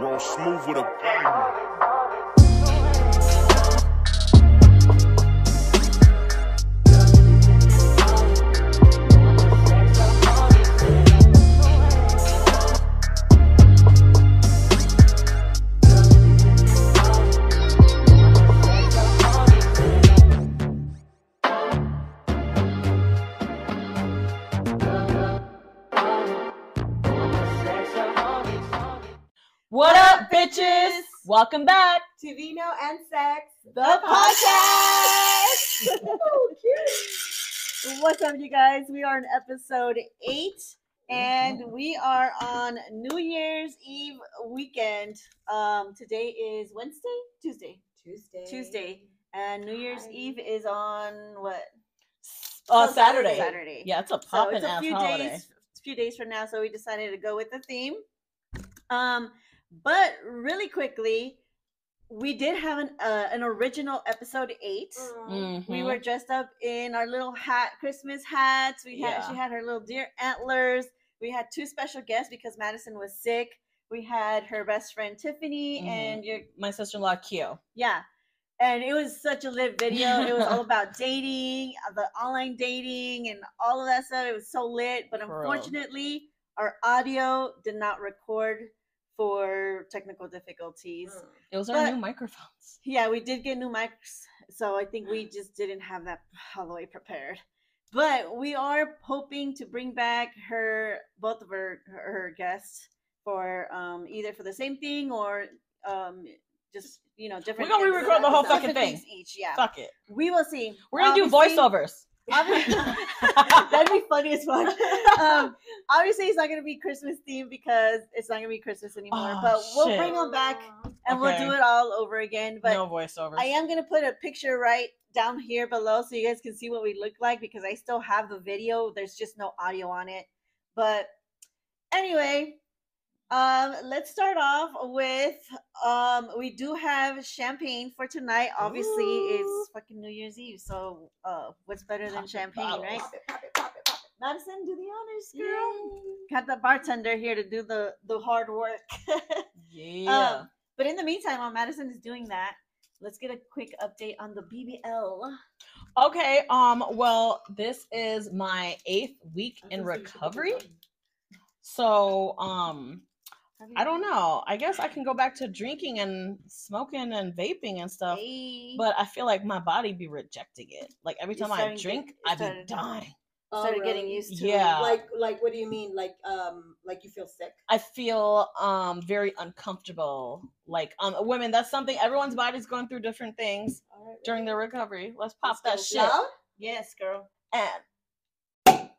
Roll smooth with a bang. What up, bitches? Welcome back. to Vino and Sex, the podcast. What's up, you guys? We are in episode eight, and we are on New Year's Eve weekend. Um, today is Wednesday, Tuesday, Tuesday. Tuesday, and New Year's Hi. Eve is on what? Uh, Oh, Saturday. Saturday. Yeah, it's a So poppin' it's a ass few holiday. days, few days from now. So we decided to go with the theme. Um, but really quickly, we did have an uh, an original episode eight. We Mm. Mhm. were dressed up in our little hat, Christmas hats. We had Yeah. she had her little deer antlers. We had two special guests because Madison was sick. We had her best friend Tiffany Mhm. and your my sister-in-law Keo. yeah. And it was such a lit video. It was all about dating, uh, the online dating, and all of that stuff. It was so lit. But Bro. unfortunately, our audio did not record for technical Mm. difficulties. It was our But- new microphones. Yeah, we did get new mics, so I think Mm. we just didn't have that all the way prepared. But we are hoping to bring back her both of her her guests for um either for the same thing or um just you know different. gonna episodes- re-record the whole episodes, fucking different thing. things Each, yeah. Fuck it. We will see. We're gonna Obviously- do voiceovers. obvi- That'd be funny as fuck. Um, obviously, it's not gonna be Christmas themed because it's not gonna be Christmas anymore. Oh, but we'll shit. bring them back and we'll do Okay. it all over again. But no voiceovers. I am gonna put a picture right down here below so you guys can see what we look like because I still have the video. There's just no audio on it. But anyway, um, let's start off with um, we do have champagne for tonight. Obviously, Ooh. it's fucking New Year's Eve, so uh, what's better than Pop the champagne, right? bottles. Madison, do the honors, girl. Got the bartender here to do the the hard work. Yeah. Um, but in the meantime, while Madison is doing that, let's get a quick update on the BBL. okay. Um. Well, this is my eighth week in recovery. So, um, Have I you- don't know. I guess I can go back to drinking and smoking and vaping and stuff, Hey. but I feel like my body be rejecting it. Like every You're time I starting to- drink, you're I be starting to- dying. Oh, started getting really? used to. it. Yeah. Like, like, what do you mean? Like, um, like you feel sick? I feel um very uncomfortable. Like um women, that's something everyone's body's going through different things All right, during their recovery. Let's pop that shit. Loud? Yes, girl. And,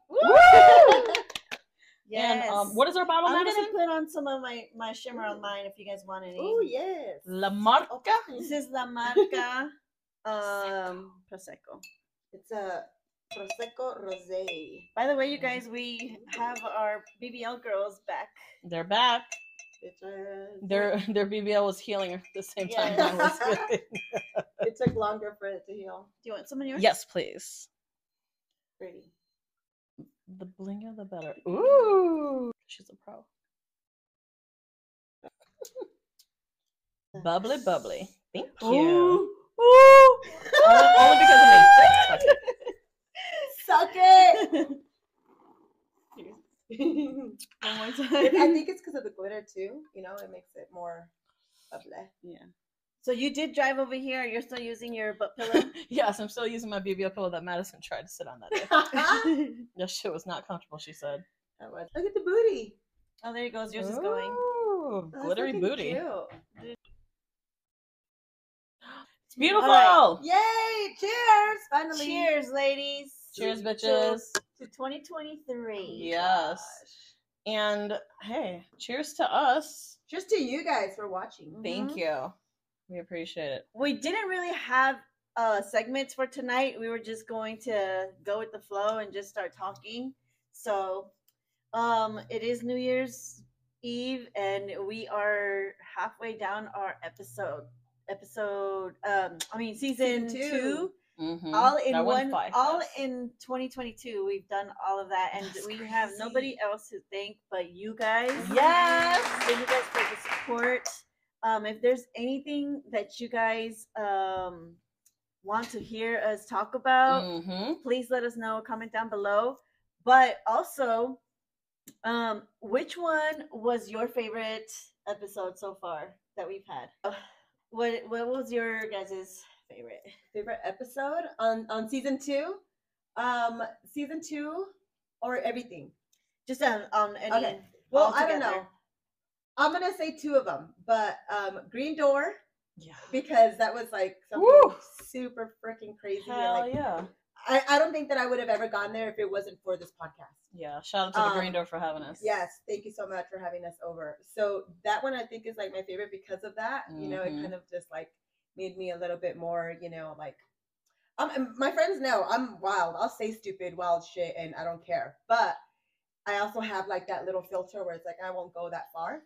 Yes. and um what is our bottle I'm medicine? gonna put on some of my my shimmer on mine if you guys want any. Oh yes. La Marca. This is La Marca um Prosecco. It's a prosecco rosé. By the way, you guys, we have our BBL girls back. They're back. It's a, Their their BBL was healing at the same time. Yes. I was with it. It took longer for it to heal. Do you want some of yours? yes, please. Pretty. The blinger the better. Ooh. She's a pro. bubbly bubbly. Thank you. Only, only because of me. Fuck it. Suck it. One more It- I time. think it's because of the glitter too. You know, it makes it more. bubbly. So you did drive over here. You're still using your butt pillow. yes, I'm still using my BBL pillow that Madison tried to sit on that day. Ah. oh, that shit was not comfortable, she said. what- Look at the booty. oh, there you goes. Yours is going. Ooh, That's glittery looking booty. cute. It's beautiful. Yay! Cheers! Finally. Cheers, ladies. Cheers, to- bitches. To 2023. Yes. And hey, cheers to us. Cheers to you guys for watching. Thank you. We appreciate it. We didn't really have uh segments for tonight. We were just going to go with the flow and just start talking. So, um it is New Year's Eve and we are halfway down our episode episode um I mean season, 2. Season two. Mhm. all in That went one by all fast. in 2022 we've done all of that and That's we have crazy. nobody else to thank but you guys Yes. thank you guys for the support um if there's anything that you guys um want to hear us talk about Mhm. please let us know comment down below but also um which one was your favorite episode so far that we've had what what was your guys's favorite favorite episode on on season two um season two or everything just on, on any Okay. well i don't know altogether. i'm gonna say two of them but um green door Yeah. because that was like something Woo. super freaking crazy and, Hell like, yeah. I, I don't think that i would have ever gone there if it wasn't for this podcast Yeah. Shout out to the Green Um, Door for having us. Yes, thank you so much for having us over. So that one I think is like my favorite because of that. You know, it Mhm. kind of just like made me a little bit more, you know, like um, and my friends know I'm wild. I'll say stupid, wild shit, and I don't care. But I also have like that little filter where it's like I won't go that far.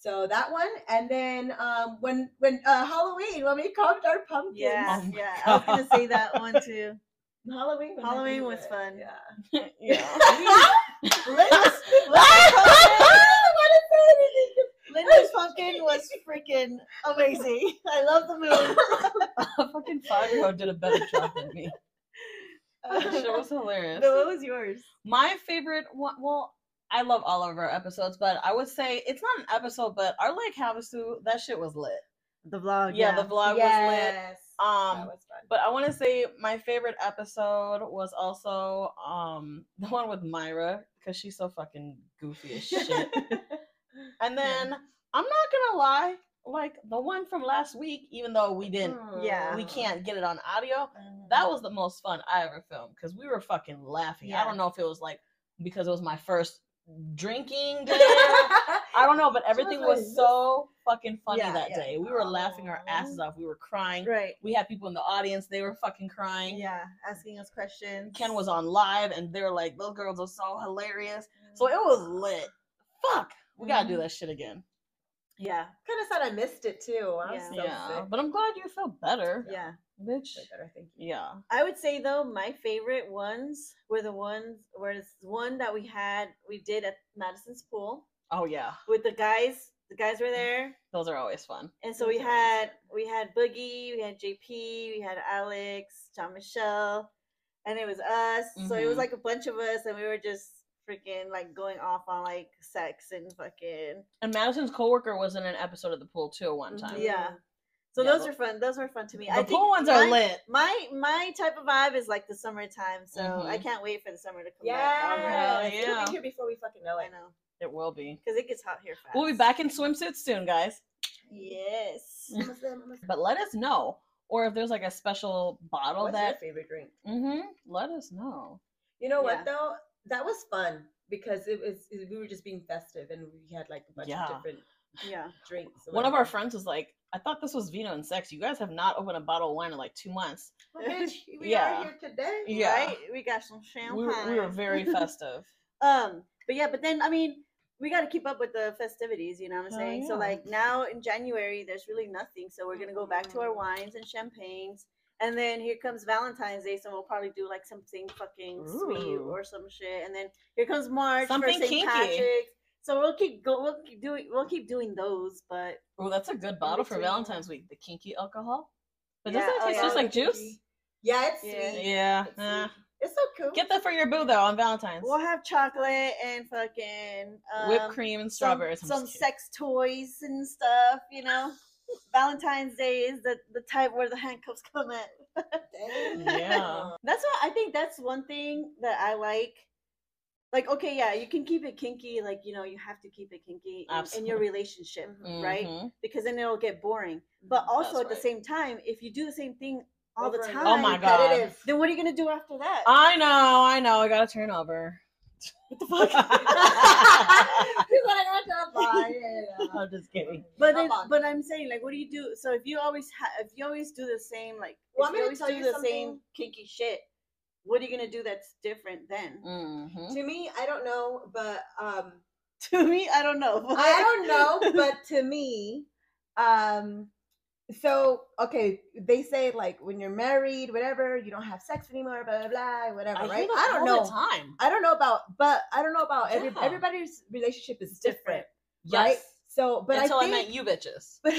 So that one, and then um, when when uh, Halloween, when we carved our pumpkins, yeah Oh my yeah i was gonna say that one too Halloween, was my Halloween was favorite, fun. Yeah. yeah. linda's, linda's, pumpkin, linda's pumpkin was freaking amazing i love the movie fucking five year old did a better job than me. That shit was hilarious. no what was yours My favorite one, well, I love all of our episodes, but I would say it's not an episode, but our Lake Havasu, that shit was lit. the vlog Oh, yeah, the vlog was lit. yes, that Um, was fun. but I want to say my favorite episode was also um the one with Myra because she's so fucking goofy as shit. and then I'm not gonna lie, like the one from last week, even though we didn't, Yeah. Uh-huh. we can't get it on audio. That was the most fun I ever filmed because we were fucking laughing. I Yeah. don't know if it was like because it was my first drinking day. I Mm-hmm. don't know, but everything was like, so fucking funny Yeah, that yeah. day. We were laughing our Aw. asses off. We were crying. right We had people in the audience. They were fucking crying. yeah asking us questions Ken was on live, and they were like, "Those girls are so hilarious." So it was lit. Fuck, we gotta do Mhm. that shit again. yeah Kind of sad I missed it too. I was Yeah. so yeah, sick. but I'm glad you feel better, yeah bitch. Way better, thank you. Yeah. I would say though my favorite ones were the ones where it's one that we had we did at Madison's pool Oh yeah, with the guys. The guys were there, those are always fun. and so Those we are had always we had Boogie, we had JP, we had Alex, John Michelle, and it was us. So it was Mhm. like a bunch of us, and we were just freaking like going off on like sex and fucking And Madison's coworker was in an episode of the pool too one time. Yeah. So Yeah, those but- are fun. Those were fun to me. The pool ones are my- lit. My my type of vibe is like the summertime, so I Mhm. can't wait for the summer to come back. Yeah. Alright, It'll yeah. be here before we fucking know I it. know. It will be. Because it gets hot here fast. We'll be back in swimsuits soon, guys. Yes. Almost there, almost there. But let us know, or if there's like a special bottle What's your that. favorite drink? Mm-hmm. Let us know. You know Yeah. what though? That was fun because it was it- we were just being festive and we had like a bunch Yeah. of different Yeah. drinks. or One of our whatever. friends was like, "I thought this was vino and sex. You guys have not opened a bottle of wine in like two months. Well, Oh, bitch, we Yeah. are here today. Yeah. Right? We got some champagne. We were, we were very festive." um, but yeah, but then I mean, we got to keep up with the festivities, you know what I'm Oh, saying? So yeah. like now in January, there's really nothing. So we're gonna go back to our Mm. wines and champagnes, and then here comes Valentine's Day. So we'll probably do like something fucking sweet Ooh. or some shit. And then here comes March Something for St. kinky. Patrick's. So we'll keep go. We'll keep doing. We'll keep doing those, but Oh, that's a good bottle for between. Valentine's week. The kinky alcohol. But Yeah, doesn't it oh, taste yeah, just like it's sweet. juice? Yeah, it's Yeah. sweet. Yeah. It's, eh. sweet. It's so cool. Get that for your boo though on Valentine's. we'll have chocolate and fucking um, Whipped cream and some- strawberries. I'm some, just kidding. sex toys and stuff, you know. Valentine's Day is the, the type where the handcuffs come at. Damn. Yeah. That's what I think that's one thing that I like. Like, okay, yeah, you can keep it kinky, like, you know, you have to keep it kinky in- in, your Absolutely. relationship, right? Mhm. Because then it'll get boring. But also That's at the right. same time, if you do the same thing all the Over and time, Oh over. my God. Repetitive. then what are you gonna do after that? I know, I know. I gotta turn over. What the fuck? He's like, "I don't buy it." I'm just kidding. But Come it, on. but I'm saying like, what do you do? So if you always ha- if you always do the same like, if Well, I'm you gonna always tell do you the same something. kinky shit, what are you gonna do that's different then? Mhm. to me, I don't know, but um, to me, I don't know. I don't know, but to me, um, So okay, they say like when you're married, whatever, you don't have sex anymore, blah blah blah, whatever, I, right? hear that I don't all know. the time. I don't know about, but I don't know about every, Yeah. everybody's relationship is different, Different. right? Yes. So, but Until I I, met think, you bitches. but,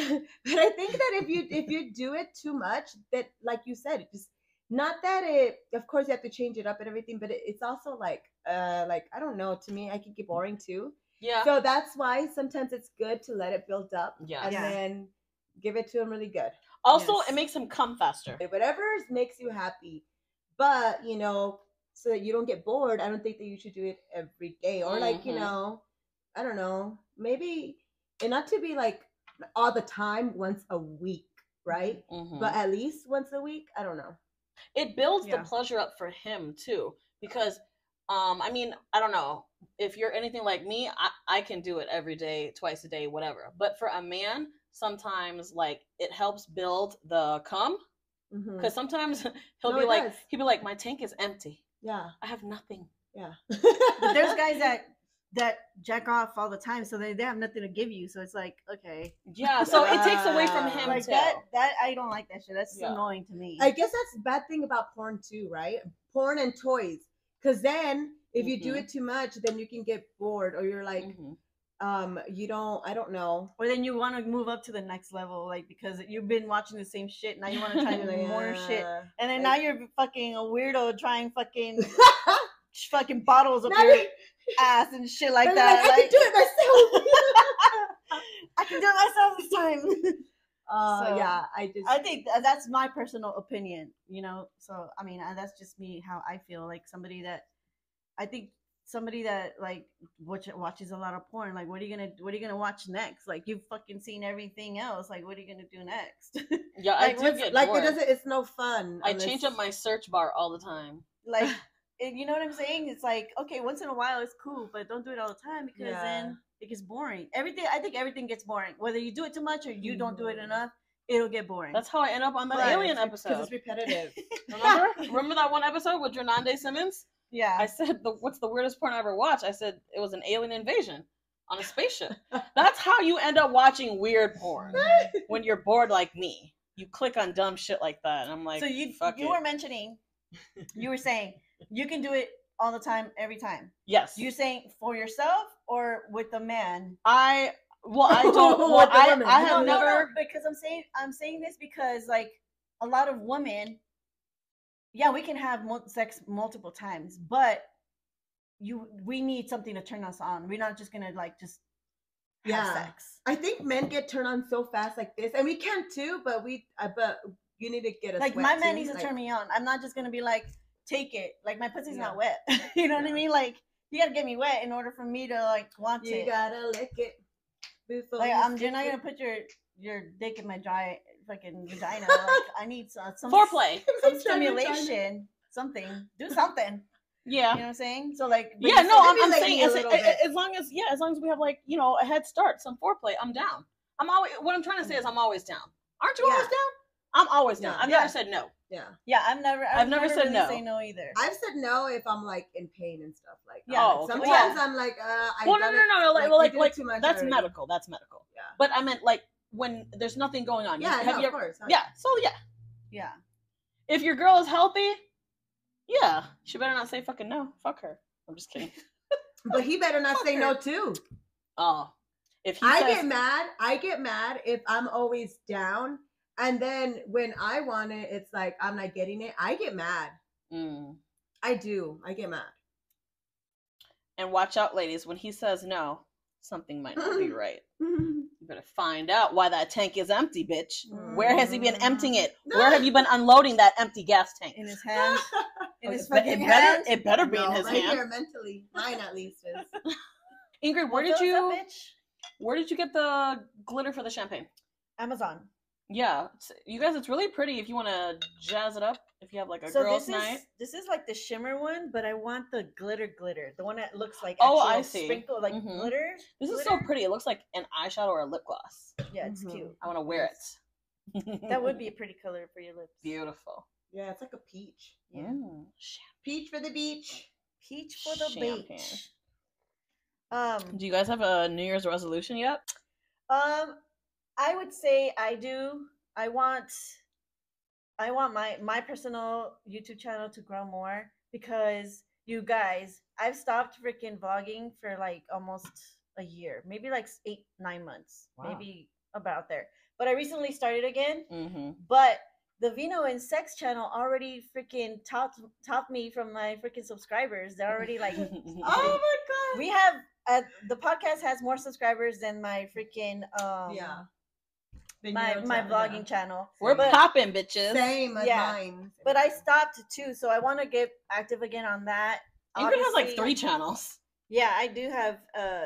but I think that if you if you do it too much, that like you said, it just not that it. Of course, you have to change it up and everything, but it, it's also like, uh, like I don't know. To me, I can get boring too. Yeah. So that's why sometimes it's good to let it build up yeah. and Yeah. then give it to him really good. Also, Yes. it makes them come faster. Like, Whatever is- makes you happy, but you know, so that you don't get bored. I don't think that you should do it every day, or like you Mm-hmm. Mhm. know, I don't know, maybe, and not to be like all the time, once a week, right? Mm-hmm. Mhm. But at least once a week. I don't know. it builds Yeah. the pleasure up for him too because um i mean i don't know if you're anything like me I, I can do it every day twice a day whatever but for a man sometimes like it helps build the come Mhm. because sometimes he'll No, be it like does. he'll be like my tank is empty Yeah, i have nothing yeah. But there's guys that that jack off all the time, so they, they have nothing to give you. So it's like, okay, yeah so it takes away from Yeah. him like too that that I don't like that shit. That's Yeah. annoying to me. I guess that's the bad thing about porn too, right? Porn and toys, because then if you do Mm-hmm. Mhm. it too much, then you can get bored, or you're like, Mhm. Mm-hmm. um, you don't. I don't know. or then you want to move up to the next level, like because you've been watching the same shit. Now you want to try more shit, Yeah. and then now like- you're fucking a weirdo trying fucking sh- fucking bottles up Now your you're- ass and shit like And that. they're like, I like, can do it myself. I can do it myself this time. Uh, So, yeah, I just. I think tha- that's my personal opinion, you know. So I mean, uh, that's just me how I feel. Like somebody that I think somebody that like watch, watches a lot of porn. Like, what are you gonna what are you gonna watch next? Like, you've fucking seen everything else. Like, what are you gonna do next? yeah like, i do what's- get like bored. it doesn't. It's no fun. i change up unless- my search bar all the time like, and you know what I'm saying? It's like okay, once in a while it's cool, but don't do it all the time because Yeah. then it gets boring. Everything I think everything gets boring. Whether you do it too much or you don't do it Mhm. enough, it'll get boring. Mm. that's how i end up on the Right, alien it's- 'cause episode it's repetitive. remember remember that one episode with Renande simmons yeah. I said, the, "What's the weirdest porn I ever watched?" I said it was an alien invasion on a spaceship. That's how you end up watching weird porn when you're bored like me. You click on dumb shit like that, and I'm like, so you fuck you it." were mentioning, you were saying you can do it all the time, every time. yes, You're saying for yourself or with the man? I well, I don't. With Well, the I, woman. I No, have no, never. because I'm saying I'm saying this because like a lot of women, yeah, we can have mul- sex multiple times, but you we need something to turn us on. We're not just gonna like just have Yeah. sex. I think men get turned on so fast like this, and we can too. But we, uh, but you need to get a like sweat my man too, needs to like- turn me on. I'm not just gonna be like, take it. Like my pussy's Yeah. not wet. you know what Yeah. I mean? Like you gotta get me wet in order for me to like want You it. gotta lick it. Before like you I'm, stick you're not it. gonna put your your dick in my dry fucking vagina. Like I need some, some s- Foreplay, some Vagina, vagina. stimulation, something. Do something. You know yeah, what I'm saying? So like, but yeah. you No, said- I'm, maybe I'm like saying me a as, little a- bit. as long as yeah, as long as we have like you know a head start, some foreplay, I'm down. I'm always. What I'm trying to say is I'm always down. Aren't you Yeah. always down? I'm always down. Yeah. I've Yeah. never said no. Yeah, yeah, I've never, I've, never, said no. Say no either. I've said no if I'm like in pain and stuff like. I'm Yeah. like- Oh, okay. sometimes I'm like, uh, I've well, no, done no, no, it- no, like, well, we like, did it like too much that's already. medical. That's medical. Yeah. But I meant like when there's nothing going on. You- Yeah, have no, you of ever- course. huh? yeah. So yeah, yeah, if your girl is healthy, yeah, she better not say fucking no. Fuck her. I'm just kidding. but he better not say no too. Oh, if he I says, get mad. I get mad if I'm always down, and then when I want it, it's like I'm not getting it. I get mad. Mm. I do. I get mad. and watch out, ladies, when he says no, something might not be right. You better find out why that tank is empty, bitch. Where has he been emptying it? Where have you been unloading that empty gas tank? Mm. in his hand, in Oh, his it be- fucking it better, hand. it better be No, in his right hand. here mentally. Mine at least is. Ingrid, What where did fills you? up, bitch? Where did you get the glitter for the champagne? Amazon. Yeah, it's- you guys, it's really pretty if you want to jazz it up. If you have like a So girls' this night, is this is like the shimmer one, but I want the glitter glitter, the one that looks like Oh, actual I see. sprinkle like Mhm. glitter. this is so Mm-hmm. glitter. pretty. It looks like an eyeshadow or a lip gloss. Yeah, it's Mhm. cute. I want to wear it. That would Mm-hmm. be a pretty color for your lips. beautiful. Yeah, it's like a peach. Yeah. Mm, sham- Peach for the beach. Peach for the Champagne. beach. Um, Do you guys have a New Year's resolution yet? um, I would say I do. I want I want my my personal YouTube channel to grow more because you guys, I've stopped freaking vlogging for like almost a year, maybe like s- eight nine months, Wow. maybe about there. But I recently started again. Mm-hmm. But the Vino and Sex channel already freaking topped topped me from my freaking subscribers. They're already like Oh my god. we have uh, the podcast has more subscribers than my freaking um Yeah. Big my Nero my Town, vlogging yeah. channel. We're Same. popping, bitches. Same as Yeah. mine. But I stopped too, so I want to get active again on that. Ingrid has like Obviously- three channels. Yeah, I do have uh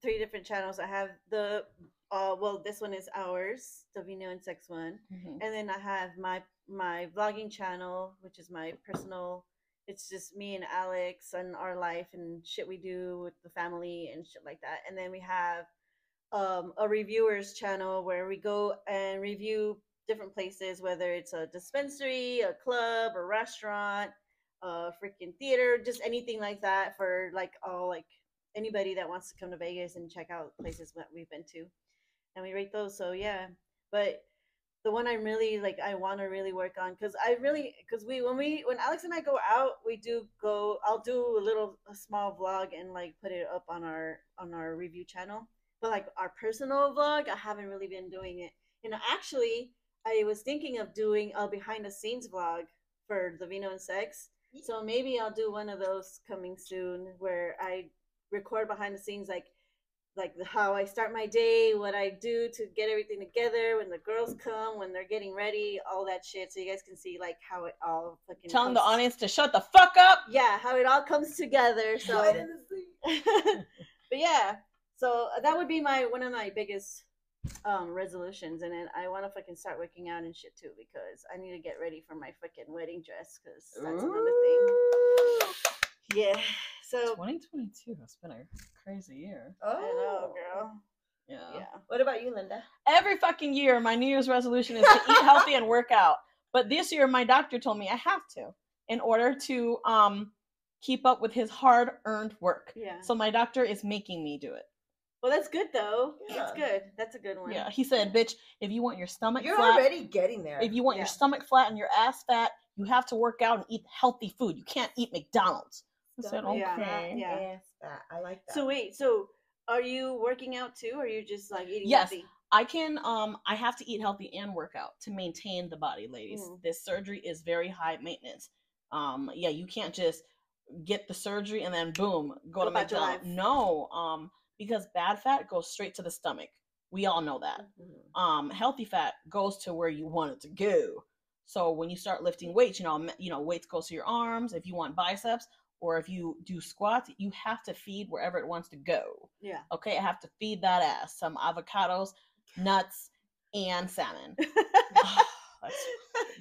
three different channels. I have the uh well this one is ours, the Vino and Sex one, and then I have my my vlogging channel, which is my personal. It's just me and Alex and our life and shit we do with the family and shit like that. And then we have um, a reviewers channel where we go and review different places, whether it's a dispensary, a club, a restaurant, a freaking theater, just anything like that for like all like anybody that wants to come to Vegas and check out places that we've been to. And we rate those. So yeah, but the one I'm really like I want to really work on because I really because we when we when Alex and I go out we do go I'll do a little a small vlog and like put it up on our on our review channel but like our personal vlog I haven't really been doing it and actually I was thinking of doing a behind the scenes vlog for the Vino and Sex so maybe I'll do one of those coming soon where I record behind the scenes like like the- how I start my day, what I do to get everything together, when the girls come, when they're getting ready, all that shit. So you guys can see like how it all fucking Telling the comes- audience to shut the fuck up. Yeah, how it all comes together. I So, didn't see. but yeah, so that would be my one of my biggest um resolutions, and then I want to fucking start working out and shit too because I need to get ready for my fucking wedding dress because that's another thing. Yeah. So 2022 has been a crazy year. Oh, I know, girl. Yeah. Yeah. What about you, Linda? Every fucking year, my New Year's resolution is to eat healthy and work out. But this year, my doctor told me I have to in order to um keep up with his hard-earned work. Yeah. So my doctor is making me do it. Well, that's good though. That's Yeah. good. That's a good one. Yeah, he said, "Bitch, if you want your stomach You're flat, already getting there. if you want your Yeah. stomach flat and your ass fat, you have to work out and eat healthy food. You can't eat McDonald's." I said, Stomach "Okay." Yeah, yeah. Yes, that. I like that. So wait, so are you working out too, or are you just like eating Yes. healthy? I can um I have to eat healthy and work out to maintain the body, ladies. Mm. This surgery is very high maintenance. Um yeah, you can't just get the surgery and then boom, go Go to about your McDonald's. life. No, um because bad fat goes straight to the stomach. We all know that. Mhm. Um healthy fat goes to where you want it to go. So when you start lifting weights, you know, m- you know, weights goes to your arms if you want biceps or if you do squats, you have to feed wherever it wants to go. Yeah. Okay, I have to feed that ass some avocados, nuts, and salmon. That's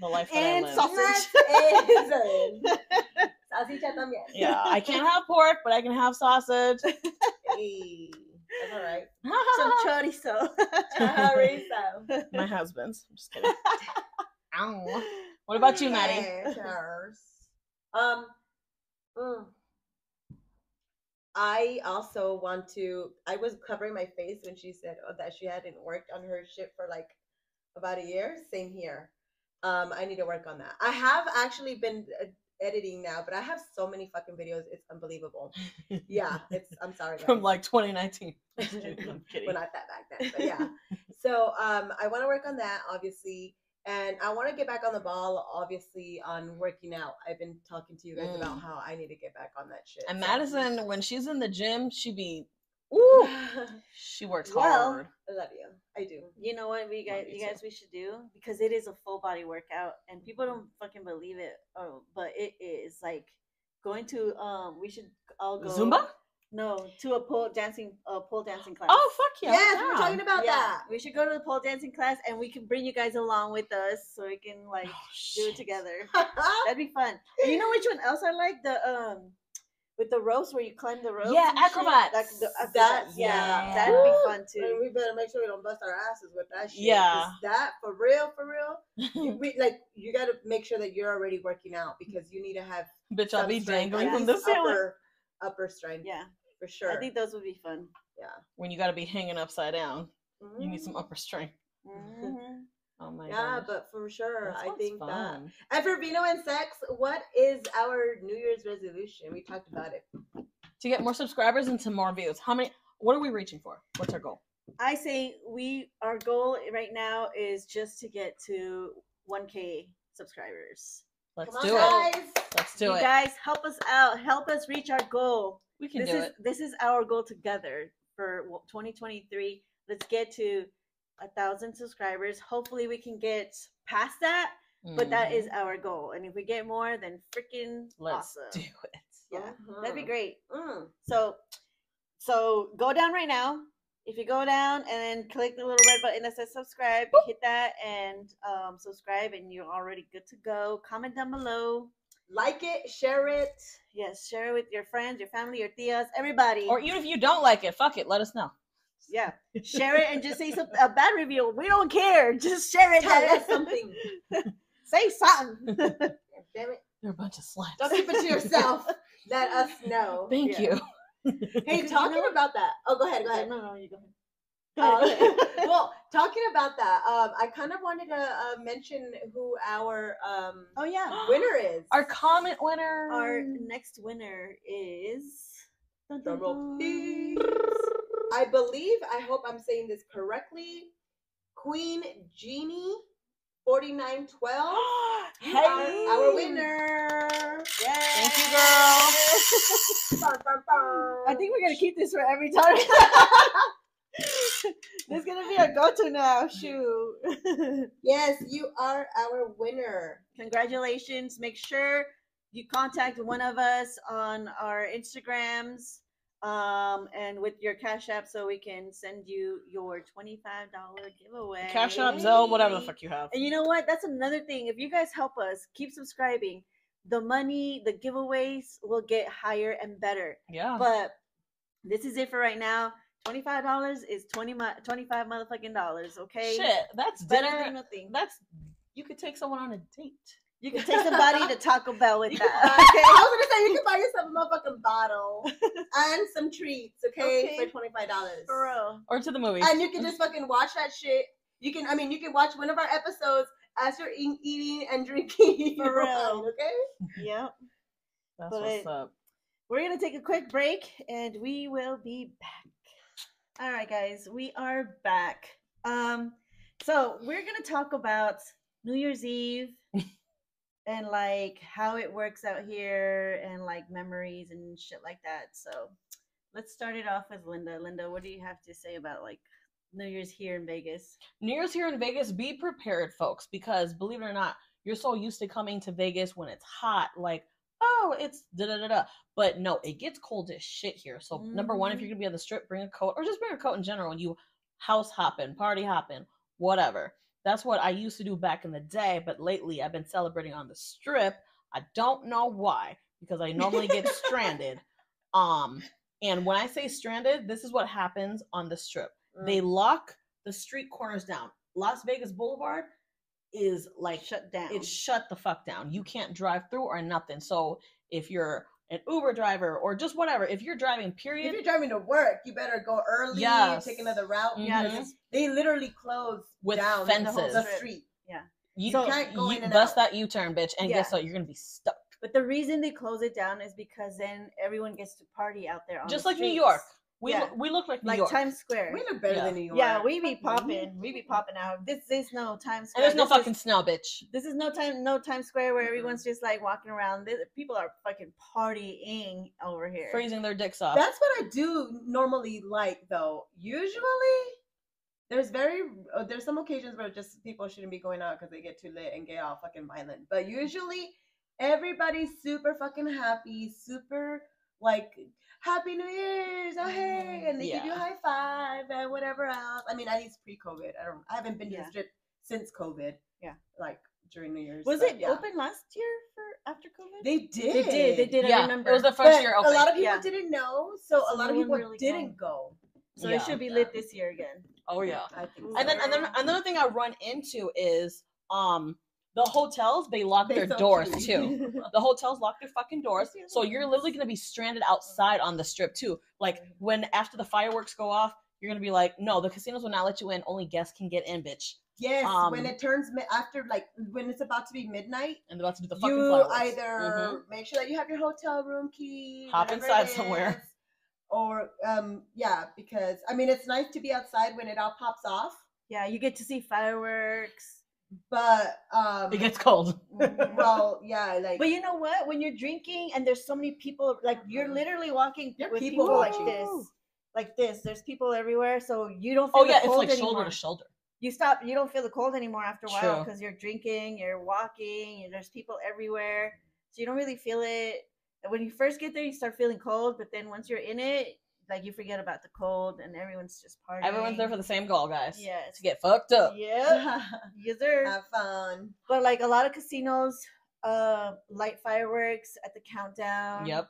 the life that And I live. sausage. That is it. Salsicha también. Yeah, I can't have pork, but I can have sausage. Hey, that's all right. Some chorizo. Chorizo. My husband's. I'm just kidding. Ow. What about you, Maddie? Yeah, cheers. Um, mm. I also want to. I was covering my face when she said oh, that she hadn't worked on her shit for like about a year. Same here. Um, I need to work on that. I have actually been uh, editing now, but I have so many fucking videos. It's unbelievable. Yeah, it's. I'm sorry. From guys. like 2019. I'm just kidding, I'm Well, kidding. not that back then, but yeah. so um, I want to work on that, obviously, and I want to get back on the ball, obviously, on working out. I've been talking to you guys about Mm. how I need to get back on that shit. And so- Madison, when she's in the gym, she be, ooh, I she works Well, hard. love you. I do. you know what we Love guys, you you too. guys, we should do because it is a full body workout, and people don't fucking believe it. Oh, but it is like going to um. We should all go Zumba? No, to a pole dancing, a pole dancing class. Oh, fuck yeah. yes, I'm we we're talking down. about yeah, that. we should go to the pole dancing class, and we can bring you guys along with us, so we can like Oh, do it shit. together. That'd be fun. And you know which one else I like? The um with the ropes where you climb the ropes. Yeah, and shit. acrobats. Like the That's- acrobats, yeah. yeah. That'd be Woo! fun And too. we better make sure we don't bust our asses with that shit. 'cause Yeah. That for real, for real. you- we, like you got to make sure that you're already working out because you need to have Bitch, I'll some be strength, dangling at from the least ceiling. upper, upper strength Yeah, for sure. I think those would be fun. When you gotta be hanging upside down, you need some upper strength. Mhm. Oh my my Mm-hmm. yeah, gosh. but for sure, That I sounds think that. fun. And for Vino and Sex, what is our New Year's resolution? We talked about it. to get more subscribers and some more views. How many? What are we reaching for? What's our goal? I say we our goal right now is just to get to 1k subscribers. Let's Come do on, it. guys. Let's do you it. guys help us out. Help us reach our goal. we can this do is it. this is our goal together for w- 2023. Let's get to a thousand subscribers. Hopefully, we can get past that. Mm-hmm. But that is our goal. And if we get more, then freaking Let's do awesome. it. Yeah, that'd be Mhm. great. Uh-huh. Mm. So, so go down right now. If you go down and then click the little red button that says subscribe, you hit that and um, subscribe, and you're already good to go. Comment down below. Like it, share it. Yes, share it with your friends, your family, your tias, everybody. Or even if you don't like it, fuck it. Let us know. yeah, share it and just say some, a bad review. We don't care. Just share it. Tell us That's something. Say something. Damn it. You're a bunch of sluts. Don't keep it to yourself. Let us know. Thank Yeah. you. Hey, Because you talking know- about that. Oh, go ahead. Go Yeah, ahead. No, no, you go ahead. Uh, Go ahead, go ahead. well, talking about that, um, I kind of wanted to uh, mention who our um, oh yeah. winner is. Our comment winner. Our next winner is. Dun, dun, Drumroll, dun. please. I believe, I hope I'm saying this correctly, Queen Jeannie 4912. You You are our winner. Thank you, Yay. girl. Bum, bum, bum. I think we're gonna keep this for every time. There's gonna be a go-to now. Shoot. yes, you are our winner. Congratulations. Make sure you contact one of us on our Instagrams um, and with your Cash App so we can send you your $25 giveaway. Cash App, Zelle, whatever the Yay. fuck you have. And you know what? That's another thing. If you guys help us, keep subscribing. The money, the giveaways will get higher and better. Yeah. But this is it for right now. Twenty-five dollars is twenty mo- twenty-five motherfucking dollars. Okay. Shit, that's Better dinner. than nothing. That's you could take someone on a date. You can take somebody to Taco Bell with You can that. buy- I was gonna say you can buy yourself a motherfucking bottle and some treats, okay, Okay. for twenty five dollars. For real. Or to the movies. And you can just fucking watch that shit. You can, I mean, you can watch one of our episodes as you're eating, eating and drinking. For your real. wine, okay. Yep. That's but what's it- up. We're gonna take a quick break and we will be back. All right, guys, we are back. Um, so we're gonna talk about New Year's Eve and like how it works out here and like memories and shit like that. So let's start it off with Linda. Linda, what do you have to say about like New Year's here in Vegas? New Year's here in Vegas, be prepared, folks, because believe it or not, you're so used to coming to Vegas when it's hot, like, oh, it's da da da da. But no, it gets cold as shit here. So, number one, if Mhm. you're going to be on the strip, bring a coat or just bring a coat in general and you house hopping, party hopping, whatever. That's what I used to do back in the day, but lately I've been celebrating on the strip. I don't know why, because I normally get stranded. Um, and when I say stranded, this is what happens on the strip they lock the street corners down. Las Vegas Boulevard is like shut down. it's shut the fuck down. You can't drive through or nothing. So if you're an Uber driver or just whatever, if you're driving, If period, you're driving to work, you better go early. Yes. Take another route. yeah, Mhm. this is- They literally close With down the, whole- fences. the street. you, you can't go you in and bust out. that U turn, bitch, and guess what? You're gonna be stuck. but the reason they close it down is because then everyone gets to party out there on Just the like New streets. York. We Yeah. look we look like New like York. Times Square. We look better Yeah. Mm-hmm. than New York. Yeah, we be Mhm. popping. We be popping out. This is no and Times Square. there's no This is- fucking snow, bitch. This is no time, no Times Square where Mm-mm. everyone's just like walking around. Th- people are fucking partying over here. Freezing their dicks off. That's what I do normally like though. Usually, there's very uh, there's some occasions where just people shouldn't be going out because they get too lit and get all fucking violent. But usually, everybody's super fucking happy, super like Happy New Year's, oh hey, Mhm. and they give you a Yeah. high five and whatever else. I mean, at least pre-COVID. I don't. I haven't been to Yeah. the strip since COVID. Yeah. like during New Year's. Was but it yeah. open last year for after COVID? They did. They did. They did. I yeah, remember. it was the first But year a open. lot of people Yeah. didn't know, so, So a lot of no one people really didn't go. so Yeah. it should be Yeah. lit this year again. oh yeah. I think And then and then Sorry. another thing I run into is um the hotels they lock They their so doors cute. too. The hotels lock their fucking doors, see other so you're literally gonna be stranded outside on the strip too. Like when after the fireworks go off, you're gonna be like, no, the casinos will not let you in. Only guests can get in, bitch. Yes, Um, when it turns mi- after like when it's about to be midnight, and about to do the fucking you flowers. either Mhm. make sure that you have your hotel room key, Hop whatever inside it somewhere. is, or um, yeah, because I mean it's nice to be outside when it all pops off, Yeah, you get to see fireworks. but um, Mm-hmm. it gets cold. Mhm. well, yeah, like But you know what? When you're drinking and there's so many people, like you're Mm-hmm. Mhm. literally walking There are with people, people like watching. this, like this. There's people everywhere, so you don't feel Oh yeah, the it's cold like shoulder anymore. to shoulder. You stop. You don't feel the cold anymore after a while True. because you're drinking, you're walking, and there's people everywhere, so you don't really feel it. And When you first get there, you start feeling cold, but then once you're in it, like you forget about the cold, and everyone's just partying. Everyone's there for the same goal, guys. yes. To get fucked up. Um, Yep. Yes, sir. have fun. But like a lot of casinos, uh, light fireworks at the countdown. Yep.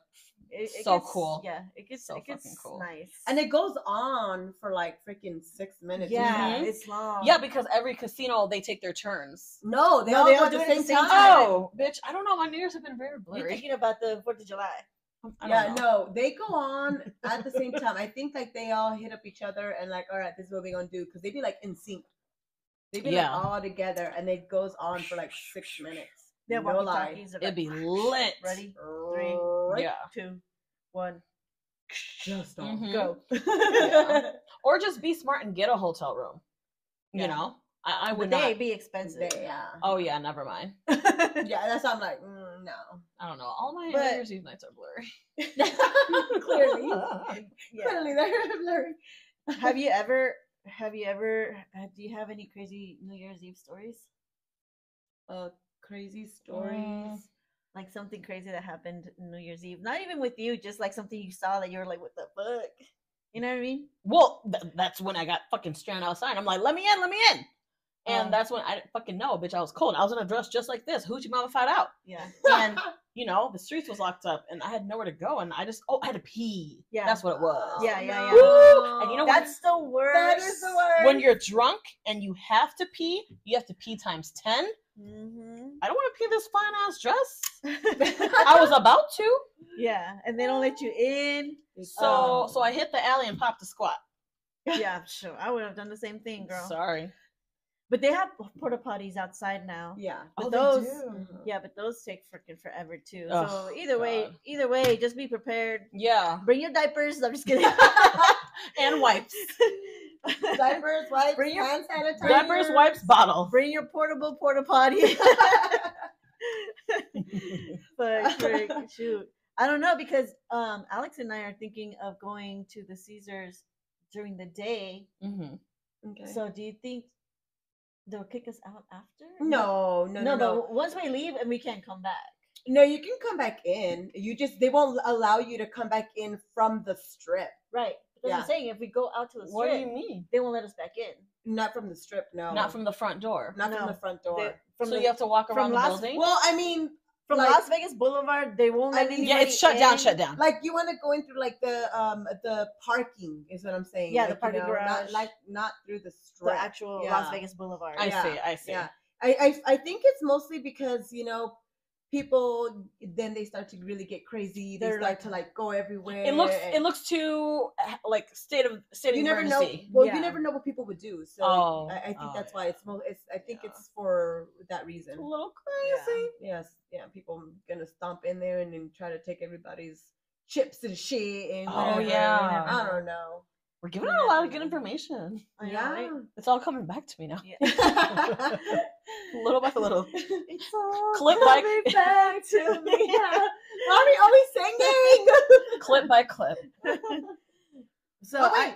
It, it So gets- cool. Yeah, it gets So it gets fucking cool. nice. And it goes on for like freaking six minutes. yeah, Mhm. it's long. Yeah, because every casino they take their turns. No, they No, all they go all at do the it at the same same time. time. Oh, bitch! I don't know. My New Year's have been very you're blurry. thinking about the Fourth of July. I don't Yeah, know. no, they go on at the same time. I think like they all hit up each other and like, all right, this is what we're gonna do because they be like in sync. They be Yeah. like all together and it goes on for like six minutes. They're no lie. walkie-talkies. They're It'd be like, lit. Ready? Three, Yeah. Two, one, just on. Mhm. go. Yeah. Or just be smart and get a hotel room. Yeah. You know, I, I Would would they not. be expensive? They- yeah, Oh yeah, never mind. yeah. That's why I'm like, mm, no. I don't know. All my But- New Year's Eve nights are blurry. clearly, Yeah. clearly they're blurry. have you ever? Have you ever? uh, Do you have any crazy New Year's Eve stories? Uh, crazy stories. Mm. Like something crazy that happened New Year's Eve? Not even with you, just like something you saw that you were like, "What the fuck?" You know what I mean? Well, th- that's when I got fucking stranded outside. I'm like, let me in, let me in. And Oh. that's when I didn't fucking know, bitch. I was cold. I was in a dress just like this. Hoochie mama fight out. Yeah. And you know, the streets was locked up, and I had nowhere to go. And I just, oh, I had to pee. Yeah. that's what it was. Yeah, yeah, yeah. Woo! And you know what? That's the worst. That is the worst. When you're drunk and you have to pee, you have to pee times ten. Mhm. Mm-hmm. I don't want to pee this fine ass dress. I was about to, Yeah, and they don't let you in. so Um, Oh. so I hit the alley and popped a squat. Yeah, sure. I would have done the same thing, girl. Sorry. But they have porta potties outside now. yeah. But Oh, they those, do. yeah, but those take freaking forever too. Ugh, so either way, God. either way, just be prepared. Yeah, Bring your diapers. I'm just kidding. and wipes, Diapers, wipes, Bring your- hand sanitizer. diapers, wipes, bottle. Bring your portable porta potty. Mm-hmm. but frick, shoot, I don't know because um, Alex and I are thinking of going to the Caesars during the day. hmm Okay. So do you think they'll kick us out after? no, no, no, no, no. but w- once we leave and we can't come back. No, you can come back in. You just they won't allow you to come back in from the strip. Right. That's what Yeah. I'm saying. If we go out to the What do you strip, mean? they won't let us back in. Not from the strip, no. Not from the front door. not from no. the front They- door. from so the- you have to walk from around the last- building. Well, I mean, from like- Las Vegas Boulevard, they won't I let mean, anybody. yeah, it's shut down. in. Shut down. like you want to go in through like the um the parking is what I'm saying. Yeah, like, the parking garage. Not, like not through the strip. The actual Yeah. Las Vegas Boulevard. I Yeah, see. I see. yeah. I, I I think it's mostly because you know people then they start to really get crazy. They They're start like- to like go everywhere. It looks. and It looks too uh, like state of state of you never know. emergency. Well, Yeah. you never know what people would do. So Oh, I, I think oh, that's why it's mo- it's I think Yeah. it's for that reason. a little Yeah. crazy. Yes, yeah, people gonna stomp in there and then try to take everybody's chips and shit and Oh, whatever. and yeah. I don't know. We're giving out a lot of good information. I know, yeah. right? It's all coming back to me now, Yeah. little by little. it's all Clip by- coming back to me. Yeah. Mommy always singing. clip by clip. So oh I, wait.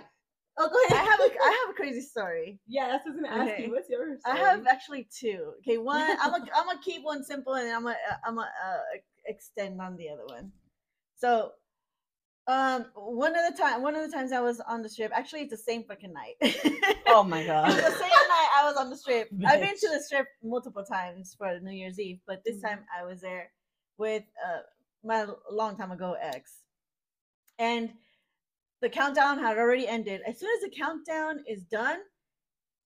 Oh, go I ahead. have a I have a crazy story. yeah, that's what I was gonna ask Okay. you. What's yours? I have actually two. Okay, one I'm gonna I'm gonna keep one simple, and I'm gonna I'm gonna uh, ex- extend on the other one. So, um, one of the time one of the times I was on the strip, actually it's the same fucking night. Oh my It's the god. same night I was on the strip. I've been to Bitch. the strip multiple times for New Year's Eve, but this Mhm. Mm-hmm. time I was there with uh, my l- long time ago ex, and the countdown had already ended. As soon as the countdown is done,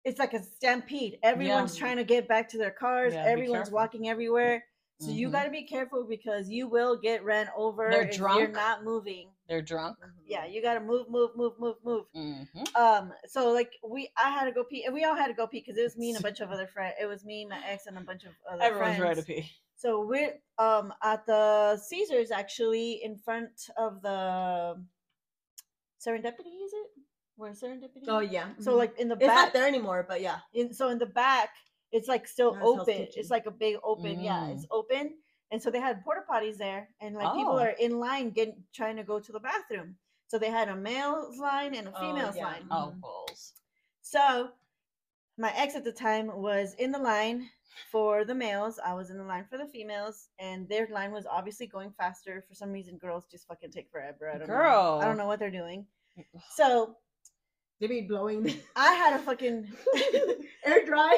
it's like a stampede. Everyone's Yeah. trying to get back to their cars. Yeah, be Everyone's careful. walking everywhere. So you Mhm. got to be careful because you will get ran over They're if you're drunk. Mm-hmm. not moving. They're drunk. Yeah, you gotta move, move, move, move, move. Mm-hmm. Um, so like we, I had to go pee, and we all had to go pee because it was me and a bunch of other friends. It was me, my ex, and a bunch of other Everyone's friends. ready to pee. So we're um at the Caesars actually in front of the Serendipity. Is it? Where Serendipity? Oh yeah. So mhm. like in the it's back. not there anymore, but yeah. in so in the back it's like still Not as Hell's open Kitchen. Mm. it's like a big open yeah it's open and so they had porta potties there and like people Oh. are in line getting trying to go to the bathroom so they had a male's line and a Oh, female's yeah. line Oh, Mhm. balls. so my ex at the time was in the line for the males i was in the line for the females and their line was obviously going faster for some reason girls just fucking take forever i don't know i Girl. don't know what they're doing so They be blowing i had a fucking air dry.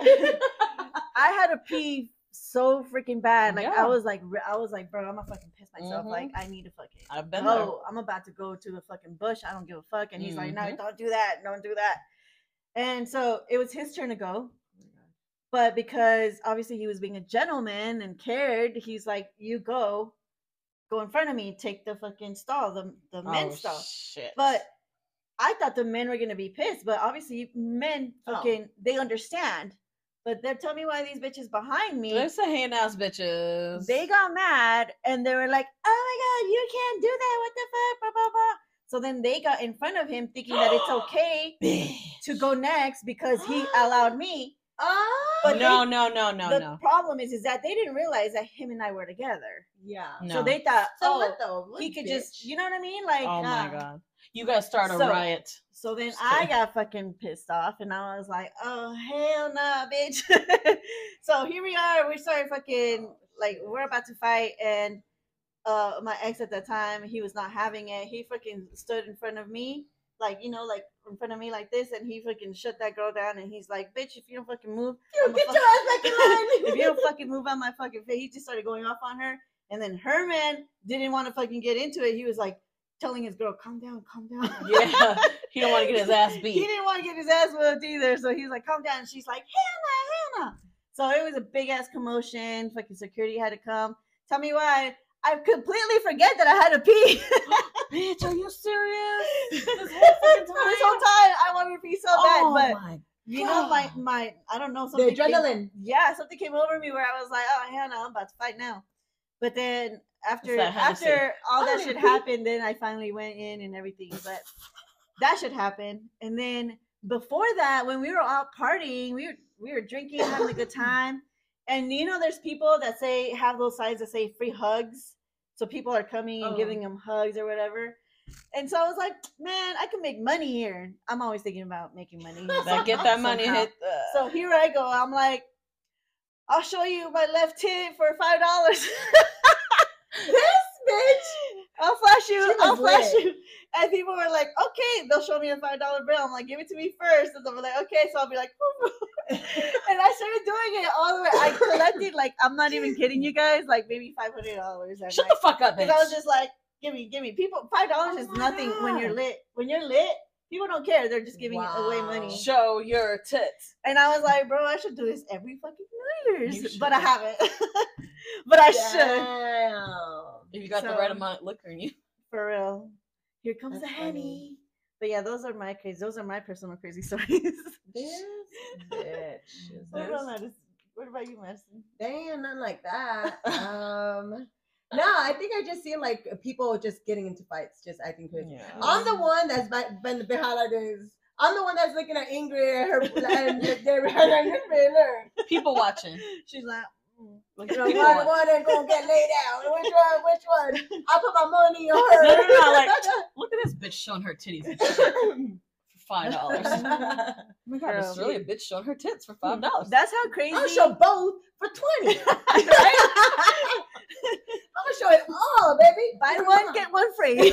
I had to pee so freaking bad. Like Yeah. I was like, re- I was like, bro, I'm gonna fucking piss myself. Mhm. Like I need to fucking. I've been there. Oh, I'm about to go to the fucking bush. I don't give a fuck. And he's like, no, Mhm. don't do that. Don't do that. And so it was his turn to Oh go. But because obviously he was being a gentleman and cared, he's like, you go, go in front of me, take the fucking stall, the, the Oh, men's stall. Shit. But I thought the men were gonna be pissed, but obviously men Oh. fucking they understand. But then tell me why these bitches behind me They're saying ass bitches. they got mad and they were like, "Oh my god, you can't do that! What the fuck?" Blah blah blah. So then they got in front of him, thinking that it's okay Bitch. to go next because he allowed me. Oh. But no, no, no, no, the no. problem is, is that they didn't realize that him and I were together. yeah. No. So they thought, So oh, what though? What he could bitch? just, you know what I mean? Like, oh my uh, god. You guys start a So- riot. So then Just I kidding. got fucking pissed off and I was like, oh, hell nah, bitch. so here we are. We started Oh, fucking, like, we're about to fight. And uh, my ex at the time, he was not having it. He fucking stood in front of me, like, you know, like in front of me like this. And he fucking shut that girl down. And he's like, bitch, if you don't fucking move, You I'ma get fuck- your ass back in line. if you don't fucking move on my fucking face, he just started going off on her. And then her man didn't want to fucking get into it. He was like telling his girl, calm down, calm down. Yeah. He don't want to get his ass He beat. didn't want to get his ass whooped either, so he was like, "Calm down." And she's like, "Hannah, Hannah." So it was a big ass commotion. Fucking security had to come. Tell me why I completely forget that I had to pee. Bitch, are you serious? this whole fucking This time? whole time I wanted to pee so bad, oh but my you know, my God. my I don't know something. the came- adrenaline. yeah, something came over me where I was like, "Oh, Hannah, I'm about to fight now." But then after that Hennessy. after all I that "Oh." need shit to pee. happened, then I finally went in and everything. But that should happen. And then before that, when we were out partying, we were we were drinking, having a good time. And you know, there's people that say have those signs that say free hugs. So people are coming and Oh. giving them hugs or whatever. And so I was like, man, I can make money here. I'm always thinking about making money. That get that money somehow. hit the So here I go. I'm like, I'll show you my left tit for five dollars. This bitch. I'll flash She you. was I'll flash lit. you. And people were like, okay, they'll show me a five dollar bill. I'm like, give it to me first. And they'll be like, okay. So I'll be like, and I started doing it all the way. I collected like I'm not even kidding you guys, like maybe five hundred dollars. Shut the fuck up, bitch. Because I was just like, give me, give me. People, five dollars Oh is my nothing when you're God. lit. When you're lit, people don't care. They're just giving away Wow. money. Show your tits. And I was like, bro, I should do this every fucking New Year's, You but I should. haven't. but I should Damn. If you got the So- right amount of liquor in you. for real. Here comes That's the funny. honey. But yeah, those are my crazy. Those are my personal crazy stories. This bitch. is what, a about Madison? what about you, Madison? Damn, not like that. Um, no, I think I just see like people just getting into fights, just acting crazy. I'm Oh. the one that's ba- been the holidays. I'm the one that's looking at Ingrid and her and they're like, People watching. She's like, mm. Like, you know, people one, watching. one that's gonna get laid out. Which one? Which one? I put my money on her. No, no, no, like- Look at this bitch showing her titties and shit for five dollars. oh my god, Girl. it's really a bitch showing her tits for five Hmm. dollars. that's how crazy. I'll show both for twenty. right? I'm gonna show it all, baby. Buy one, get one free.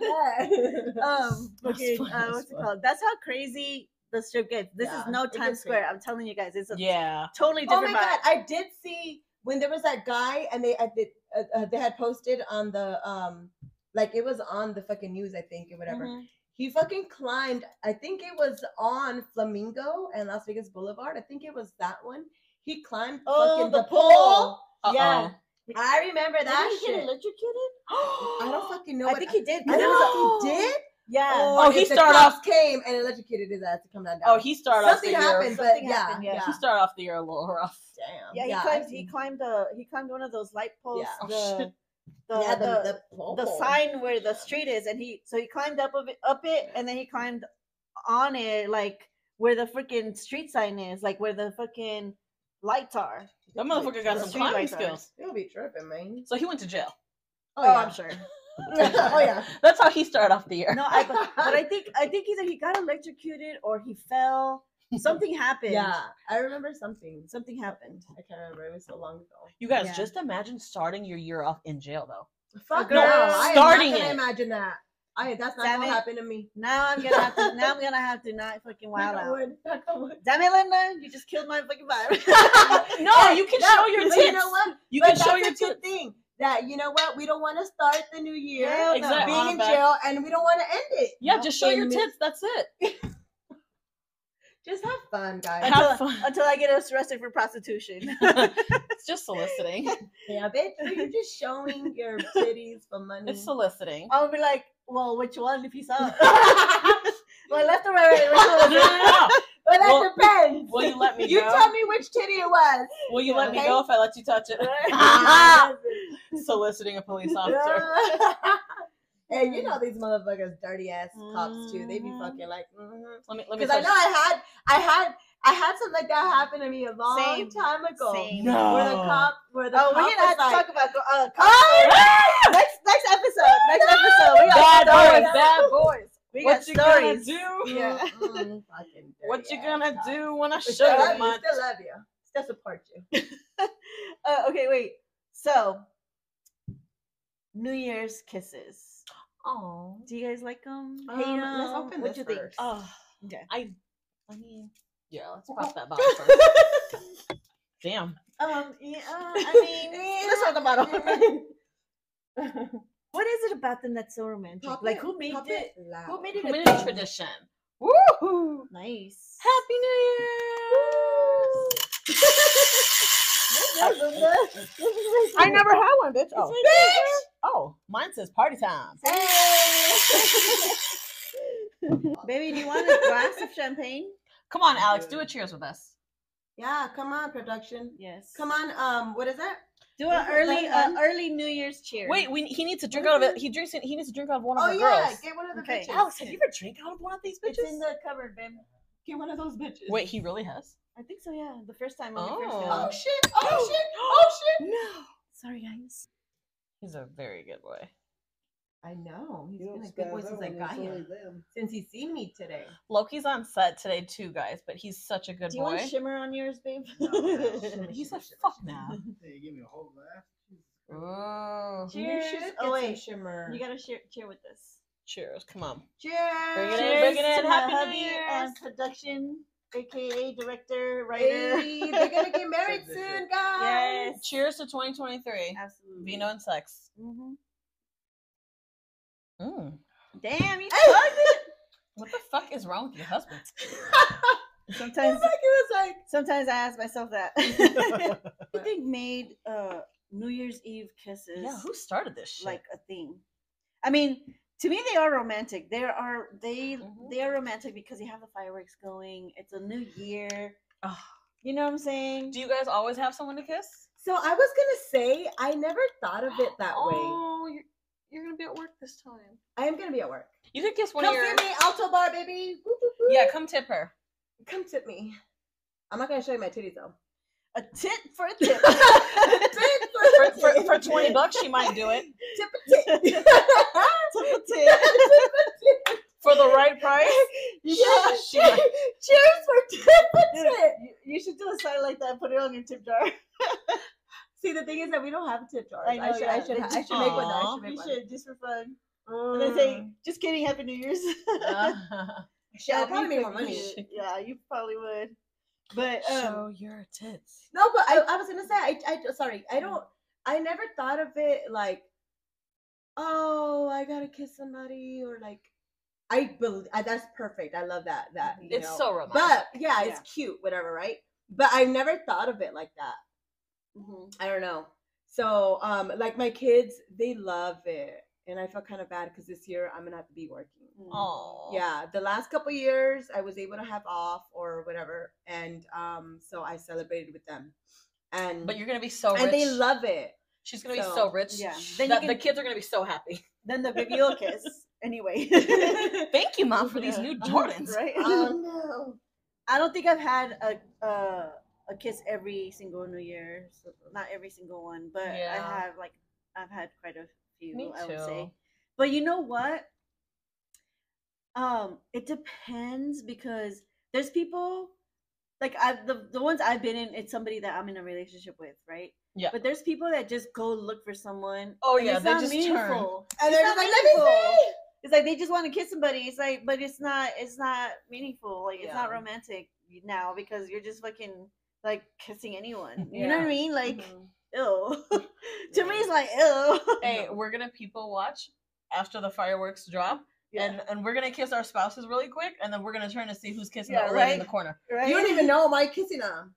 that. Uh, um, That's okay, funny uh, as what's it fuck. called? That's how crazy the strip gets. This Yeah, is no it Times gets Square. crazy. I'm telling you guys, it's a Yeah. totally Oh different. my god, I did see when there was that guy and they uh, they, uh, uh, they had posted on the um like it was on the fucking news I think or whatever. Mm-hmm. He fucking climbed. I think it was on Flamingo and Las Vegas Boulevard. I think it was that one. He climbed Oh, fucking the the pole. pole? Yeah. I remember that Did he get shit. electrocuted? I don't fucking know. I what- think he did. I don't know if he No. did. Yeah. or Oh, he if the started cops off- came and electrocuted his ass to come down. Oh, he started off the something year. happened, but Something yeah, happened, yeah. yeah. He started off the year a little rough. Damn. Yeah, he Yeah, I climbed. He see. climbed the. He climbed one of those light posts. Yeah. Oh, the, shit. the, yeah, the, the- the, pole the pole. sign where the street is, and he so he climbed up of it, up it, and then he climbed on it like where the freaking street sign is, like where the freaking lights are. That motherfucker got some Streetlights climbing are. skills. He'll be tripping, man. So he went to jail. Oh, I'm sure. oh yeah. That's how he started off the year. No, I but, but I think I think either he got electrocuted or he fell. Something happened. Yeah, I remember something. something happened. I can't remember. It was so long ago. You guys, Yeah. just imagine starting your year off in jail, though. Fuck No, no. I am not starting gonna it. Imagine that. I that's not Damn gonna it. happen to me. Now I'm gonna have to. now I'm gonna have to not fucking wild Knock on out. wood, knock on wood. Damn it, Linda! You just killed my fucking vibe. No, Oh, you can show your but tits. You know what? You But can show that's your such a tits. thing that you know what we don't want to start the new year Hell no. Exactly. being On in back. jail, and we don't want to end it. Yeah, just show In your mid- tits. That's it. Just have fun, guys. Have until, fun. until I get arrested for prostitution. it's just soliciting. Yeah, bitch, you're just showing your titties for money. It's soliciting. I'll be like, well, which one if you saw? well, well, left or right? Which No, one? no, no, no. that Well, depends. Will you let me You go? tell me which titty it was. Will you let me Okay. go if I let you touch Ah. it? soliciting a police officer. and you know these motherfuckers, dirty ass cops too. They be Mhm. fucking like, Let me let me because I touch. know I had, I had, I had something like that happen to me a long Same. time ago. Same. No. Where the cop, where the Oh, cop we're gonna was have to like, "Oh, talk about uh, Ah! next next episode. Next episode, we Bad got boys, stories. bad boys. We got What you gonna stories. do? yeah. Yeah. mm, fucking What dirty you ass gonna cops. do when I We show still love you you. my? Still love you. Still support you. Uh, okay, wait. So, New Year's kisses. Oh, Do you guys like them? Um, let's open what this you first. think? oh, Okay. I, I mean, yeah. Let's pop that bottle first. Damn. Um, yeah, I mean, Let's talk about 'em. what is it about them that's so romantic? Pop like, it- who made pop it? loud. Who made it? Who made a it a thing? tradition? Woohoo! Nice. Happy New Year! I never had one, bitch. Oh. oh, mine says party time. Baby, do you want a glass of champagne? Come on, Alex, do a cheers with us. Yeah, come on, production. Yes. Come on, um, what is that? Do an Is it early, that uh, one? early New Year's cheer. Wait, we, he needs to drink out of it. He drinks. It, he needs to drink out of one of Oh her yeah, girls. get one of the Okay. bitches. Alex, have you ever drank out of one of these bitches? it's in the cupboard, babe. get one of those bitches? Wait, he really has. I think so. Yeah, the first time. on the first Oh. Oh time. shit! Oh shit! Oh shit! no! Sorry, guys. He's a very good boy. I know he's been a good boy since I got here. Since he's seen me today. Loki's on set today too, guys. But he's such a good Do you boy. want shimmer on yours, babe? he's like fuck now. Hey, give me a whole glass. Ooh. Cheers. Oh, some wait. shimmer. you gotta share, cheer with us. Cheers! Come on. Cheers. Bring it in. Bring it in. to Happy my New hubby Year's. and production, aka director, writer. Hey, they're gonna get married Said soon, guys. this Yes. Cheers to 2023. Absolutely. Vino and sex. Mhm. Mm. Damn, you Hey. fucked it. What the fuck is wrong with your husband? Sometimes, Like, it was like sometimes I ask myself that. I think made uh, New Year's Eve kisses Yeah, who started this shit? like a thing. I mean, to me, they are romantic. They are they Mm-hmm. Mhm. they are romantic because you have the fireworks going. It's a new year. Ugh. You know what I'm saying? Do you guys always have someone to kiss? So I was gonna say I never thought of it that way. Oh, you're, you're gonna be at work this time. I am gonna be at work. You could kiss one Come of your. see me, Alto Bar, baby. Woo, woo, woo. Yeah, come tip her. come tip me. I'm not gonna show you my titties though. a tit for a tip. For, for, for 20 bucks, she might do it. Tip a tit. Tip a tip. For the right price? You Yeah, should- she might. Cheers for tip a tit. You, you should do a sign like that. Put it on your tip jar. See, the thing is that we don't have tip jars. I know, should, yeah. I should, They I just- should make one. I Aw. should make You one. should just for fun. And Mm. then say, "Just kidding. Happy New Year's." Shit, I'll That'd be probably make more fucking money. cute. Yeah, you probably would. But um, Show your tits. No, but I, I was gonna say, I, I, sorry, I don't, I never thought of it like, oh, I gotta kiss somebody, or like, I believe that's perfect. I love that. That you It's know. so romantic. but yeah, it's Yeah. cute, whatever, right? But I never thought of it like that. mhm. I don't know. So, um, like my kids, they love it, and I felt kind of bad because this year I'm gonna have to be working. mm-hmm. Oh. Yeah, the last couple years I was able to have off or whatever, and um, so I celebrated with them, and But you're gonna be so rich. and they love it. She's gonna be so- so, rich. yeah. Then Then you the can- kids are gonna be so happy. Then the video kiss. Anyway. Thank you, mom, for these Yeah. new Uh, Jordans. Um, Right? Oh I don't think I've had a uh, a kiss every single New Year. So not every single one, but Yeah. I have like I've had quite a few. Me I would too. say. But you know what? Um, it depends because there's people like I the the ones I've been in. It's somebody that I'm in a relationship with, right? Yeah. But there's people that just go look for someone. Oh, and yeah, it's they not just turn. meaningful. no! And It's they're not just like, let me meaningful. see. It's like they just want to kiss somebody. It's like, but it's not. It's not meaningful. Like it's not Yeah. romantic now because you're just fucking like kissing anyone. You know what Yeah. I mean? Like, Mhm. ew. to me, Yeah. it's like ew. Hey, we're gonna people watch after the fireworks drop, Yeah. and and we're gonna kiss our spouses really quick, and then we're gonna turn to see who's kissing Yeah, the old lady right? in the corner. right? You don't even know my kissing them.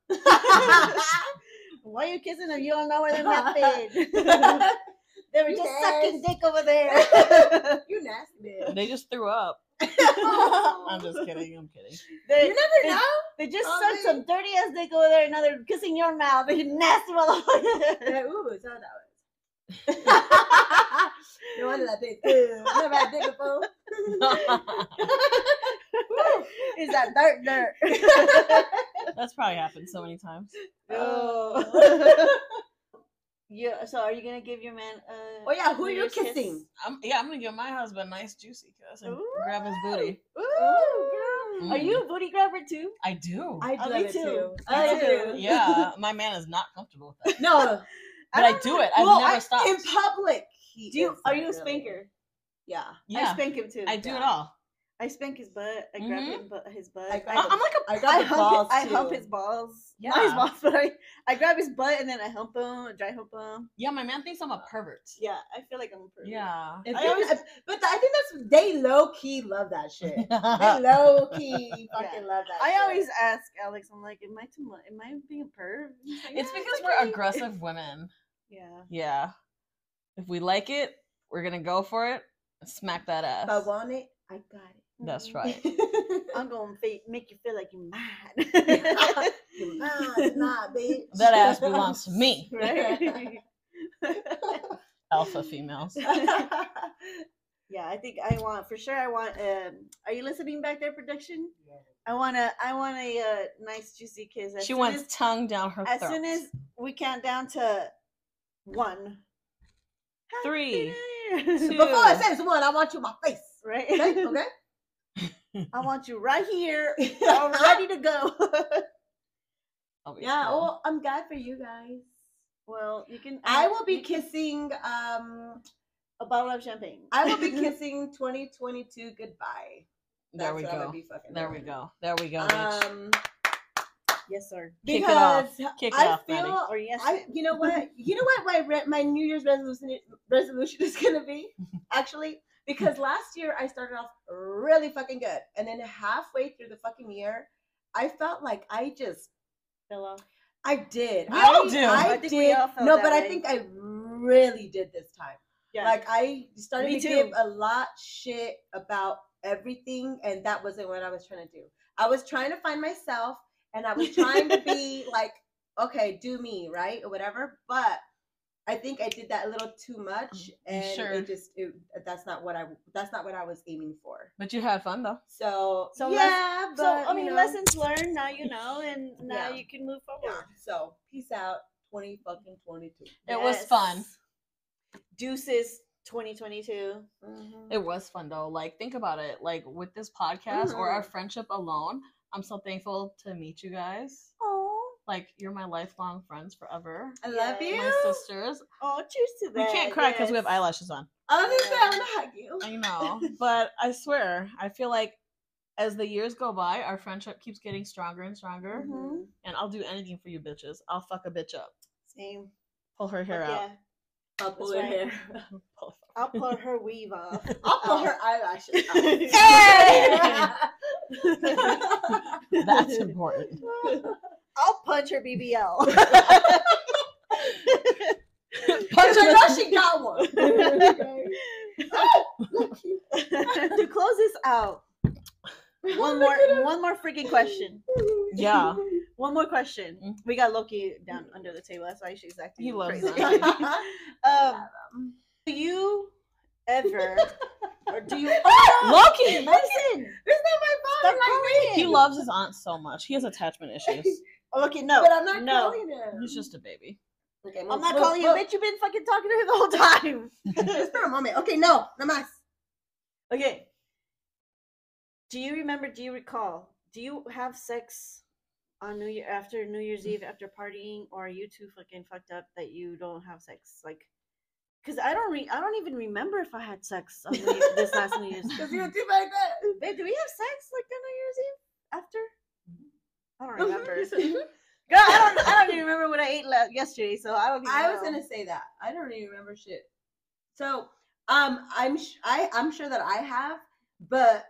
Why you kissing them? You don't know where they happened. they were just sucking Yes. dick over there. you nasty bitch. They just threw up. I'm you just kidding. I'm kidding. they, never they- know. They just Oh, sucked some dirty ass dick over there, and now they're kissing your mouth. You nasty motherfucker. They're Like, Ooh, it's all that was. no wonder that thing. Ew, Never had dick before. Is that dirt dirt? That's probably happened so many times. Oh. yeah. So, are you gonna give your man? A Oh yeah, who are New you Year's kiss? kissing? I'm, yeah, I'm gonna give my husband a nice juicy kiss and grab his booty. Ooh, girl. Are Mm. you a booty grabber too? I do. I Oh, do me it too. too. I love it. do. yeah, my man is not comfortable with that. No, But I, do it. I've well, never I- stopped. in public. he Do you? is Are you a really- spanker? Yeah, I yeah, spank him too. I, do it yeah. all. I spank his butt. I grab Mhm. his butt. His butt. I grab I, am like I I got the hump, balls hi- I too. hump his balls. Not his Yeah. balls, but I, I grab his butt and then I hump him, I dry hump him. a yeah. My man thinks I'm a pervert. Yeah, I feel like I'm a pervert. Yeah. And I then- always- but I think that's they low key love that shit. they yeah. low key fucking love that. I shit. always ask Alex, I'm like, am I too much? Am I being a perv? He's like, It's "Yeah, because we're okay." aggressive women. Yeah. Yeah. If we like it, we're gonna go for it. and Smack that If I ass. want it, I got That's Mhm. right. it. I'm gonna fa- make you feel like you're mine. Mine, my bitch. That ass belongs to me, right? alpha females. yeah, I think I want for sure. I want. Um, are you listening back there, production? I want a. I want a uh, nice juicy kiss. As She soon wants As, tongue down her as throat. soon as we count down to one, Happy Three, New Year. two- Before I says one, I want you in my face. right? Okay, okay. I want you right here. I'm ready to go. I'll be Yeah. fine. Oh, I'm glad for you guys. well, you can. uh, I will be you can- kissing. Um, a bottle of champagne. I will be kissing 2022 goodbye. there That's we what I'm gonna go. be fucking There we doing. go. There we go. bitch. Um, yes, sir. Kick it off. because Kick it I off, Maddie. feel Or yes. I, you know what? You know what? My re- my New Year's resolution resolution is gonna be actually because last year I started off really fucking good, and then halfway through the fucking year, I felt like I just fell off. I did. We I, all do. I, I did. think we all felt no, that but I way. think I really did this time. Yeah. Like I started Me to too. give a lot shit about everything, and that wasn't what I was trying to do. I was trying to find myself, and I was trying to be like, okay, do me right or whatever. But I think I did that a little too Mm, much, You and sure? it just it, that's not what I that's not what I was aiming for. But you had fun though. So, So let's- yeah, but so I you mean, know, lessons learned. Now you know, and now Yeah. you can move yeah. forward. So peace out, twenty fucking twenty two. It was fun. Yes. Deuces 2022. Mm-hmm. It was fun though. Like think about it. Like with this podcast or Mm-hmm. our friendship alone, I'm so thankful to meet you guys. Oh, Like you're my lifelong friends forever. I love Yeah. you. My sisters. oh, cheers to We that. can't cry because we have yes. eyelashes on. I was gonna say I want to hug you. I know, but I swear, I feel like as the years go by, our friendship keeps getting stronger and stronger. Mhm. And I'll do anything for you, bitches. I'll fuck a bitch up, Same. pull her hair Fuck out. yeah. I'll That's pull her right. hair. Pull her- I'll pull her weave off. I'll pull Oh. her eyelashes. out. That's important. I'll punch her BBL. Because Punch I him know she got one. Okay. to close this out, Oh one more, one more freaking question. Yeah. One more question. Mm. We got Loki down under the table. That's why she's acting. He loves crazy. Loki. um, do you ever, or do you? Oh, Loki! listen. It's not my fault. Stop I'm not crying. He loves his aunt so much. He has attachment issues. Okay, no, but I'm not no. calling him. He's just a baby. Okay, I'm not calling you, bitch. You've been fucking talking to her the whole time. Just for a moment. Okay, no, no más. Okay. Do you remember? Do you recall? Do you have sex on New Year after New Year's Eve after partying, or are you too fucking fucked up that you don't have sex? Like, because I don't re- I don't even remember if I had sex on New Year- this last New Year's. Because you're too bad. Babe, do we have sex like on New Year's Eve after? I don't Mhm, remember. you said- mhm. Girl, I don't. I don't even remember what I ate la- yesterday, so I don't. Even I was know. gonna say that. I don't even remember shit. So, um, I'm sh- I I'm sure that I have, but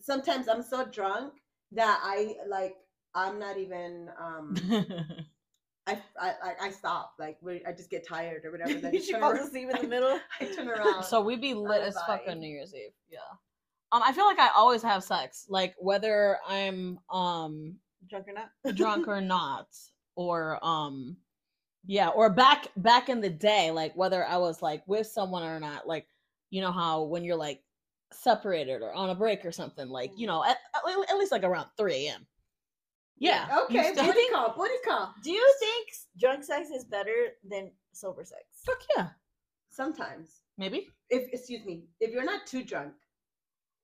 sometimes I'm so drunk that I like I'm not even um I I I, I stop like we- I just get tired or whatever. then I just she turn falls around. asleep in the middle. I turn around. so we be lit Bye as fuck bye. on New Year's Eve. Yeah. Um, I feel like I always have sex, like whether I'm um Drunk or not? drunk or not, or um, yeah, or back back in the day, like whether I was like with someone or not, like you know how when you're like separated or on a break or something, like you know at, at le- at least like around three a.m. Yeah. you okay, still- booty call, booty call. Do you think s- drunk sex is better than sober sex? Fuck yeah. Sometimes, Maybe. if excuse me, if you're not too drunk,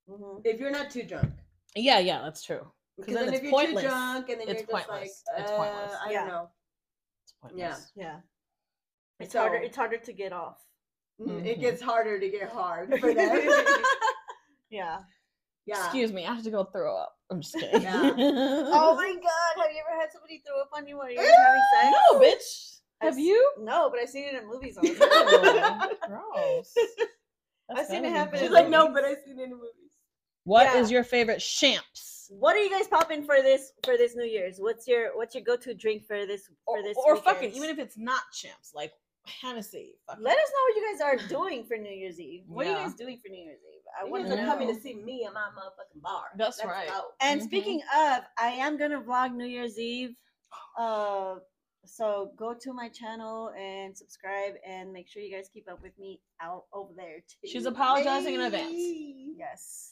Mm-hmm. if you're not too drunk. Yeah, yeah, that's true. Because then then, it's if you're pointless. too drunk and It's then you're just like, pointless. It's pointless. "Uh, I Yeah. don't know. It's pointless. Yeah, it's So- harder. It's harder to get off. Mm, It Mhm. gets harder to get hard for them. Yeah. yeah. Excuse me, I have to go throw up. I'm just kidding. Yeah. Oh my god! Have you ever had somebody throw up on you while you were having sex? no, bitch. I've Have s- you? No, but I've seen it in movies. All the time. Oh, gross. That's seen gotta it be happen. She's It's like, gross. no, but I've seen it in movies. What is Yeah. your favorite champs? what are you guys popping for this for this New Year's? What's your what's your go to drink for this for this weekend? it's not champs, like Hennessy. Let us know what you guys are doing for New Year's Eve. What are Yeah. you guys doing for New Year's Eve? I You want guys to are coming know. to Mm-hmm. see me at my motherfucking bar. That's Let's right. go. And Mhm. speaking of, I am gonna vlog New Year's Eve. Uh, so go to my channel and subscribe, and make sure you guys keep up with me out over there too. She's apologizing in advance. Hey. Yes.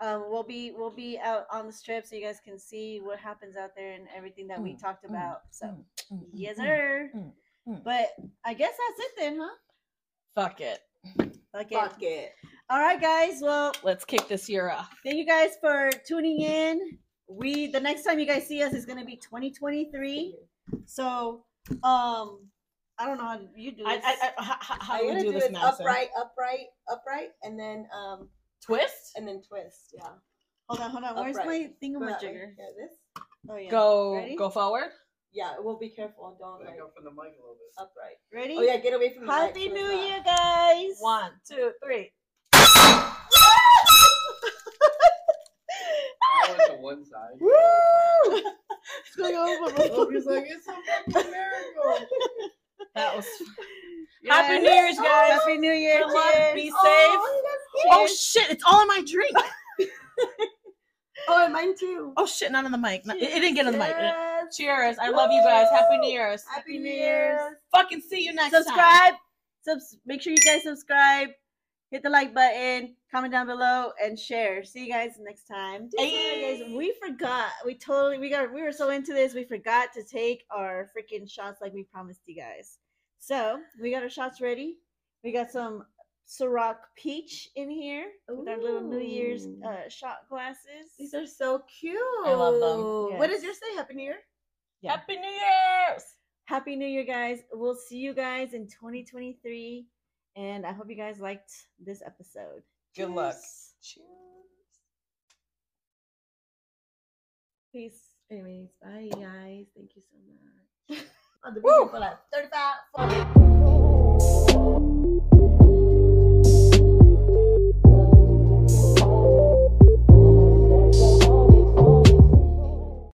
Um, we'll be we'll be out on the strip so you guys can see what happens out there and everything that we Mm, talked mm, about. So mm, mm, yes, mm. sir. mm, mm. But I guess that's it then, huh? Fuck it. Okay. Fuck it. All right, guys. Well, Let's kick this year off. thank you guys for tuning in. We the next time you guys see us is gonna be 2023. So um I don't know how you do this. how, How do you we gonna do do, this, is Madison? upright, upright, upright, and then um Twist? and then twist. Yeah. hold on, hold on. Where's my Upright. Go that way. thingamajigger? Yeah, this. Oh yeah. Go Ready? go forward. Yeah, well, be careful. Don't like Like up from the mic a little bit. upright. Ready? Oh yeah, get away from the mic Happy so it's New not- Year, guys. One, two, three. I went to one side. It's going over. Loki's like, it's a fucking Oh, miracle. That was Happy New Year's, Oh, guys. Happy New Year. Good luck. Cheers. Be safe. Oh, Oh shit, it's all in my drink. that's- oh, and mine too. Oh shit, not on the mic. No, it, it didn't get on the mic. Yes. Cheers. I love you guys. Happy New Year's. Happy Happy New New Year's. Fucking see you next time. subscribe. Subs- make sure you guys subscribe. Hit the like button, comment down below, and share. See you guys next time. Hey. Guys, we forgot. We totally we got we were so into this we forgot to take our freaking shots like we promised you guys. So we got our shots ready. We got some Ciroc peach in here with our little New Year's Ooh. uh, shot glasses. These are so cute. I love them. What Yes. does yours say? Happy New Year? Yeah. Happy New Year's. Happy New Year, guys. We'll see you guys in 2023. And I hope you guys liked this episode. Good luck. Cheers. Peace. Anyways, bye guys. Thank you so much. On the Woo! beautiful at 35. 40.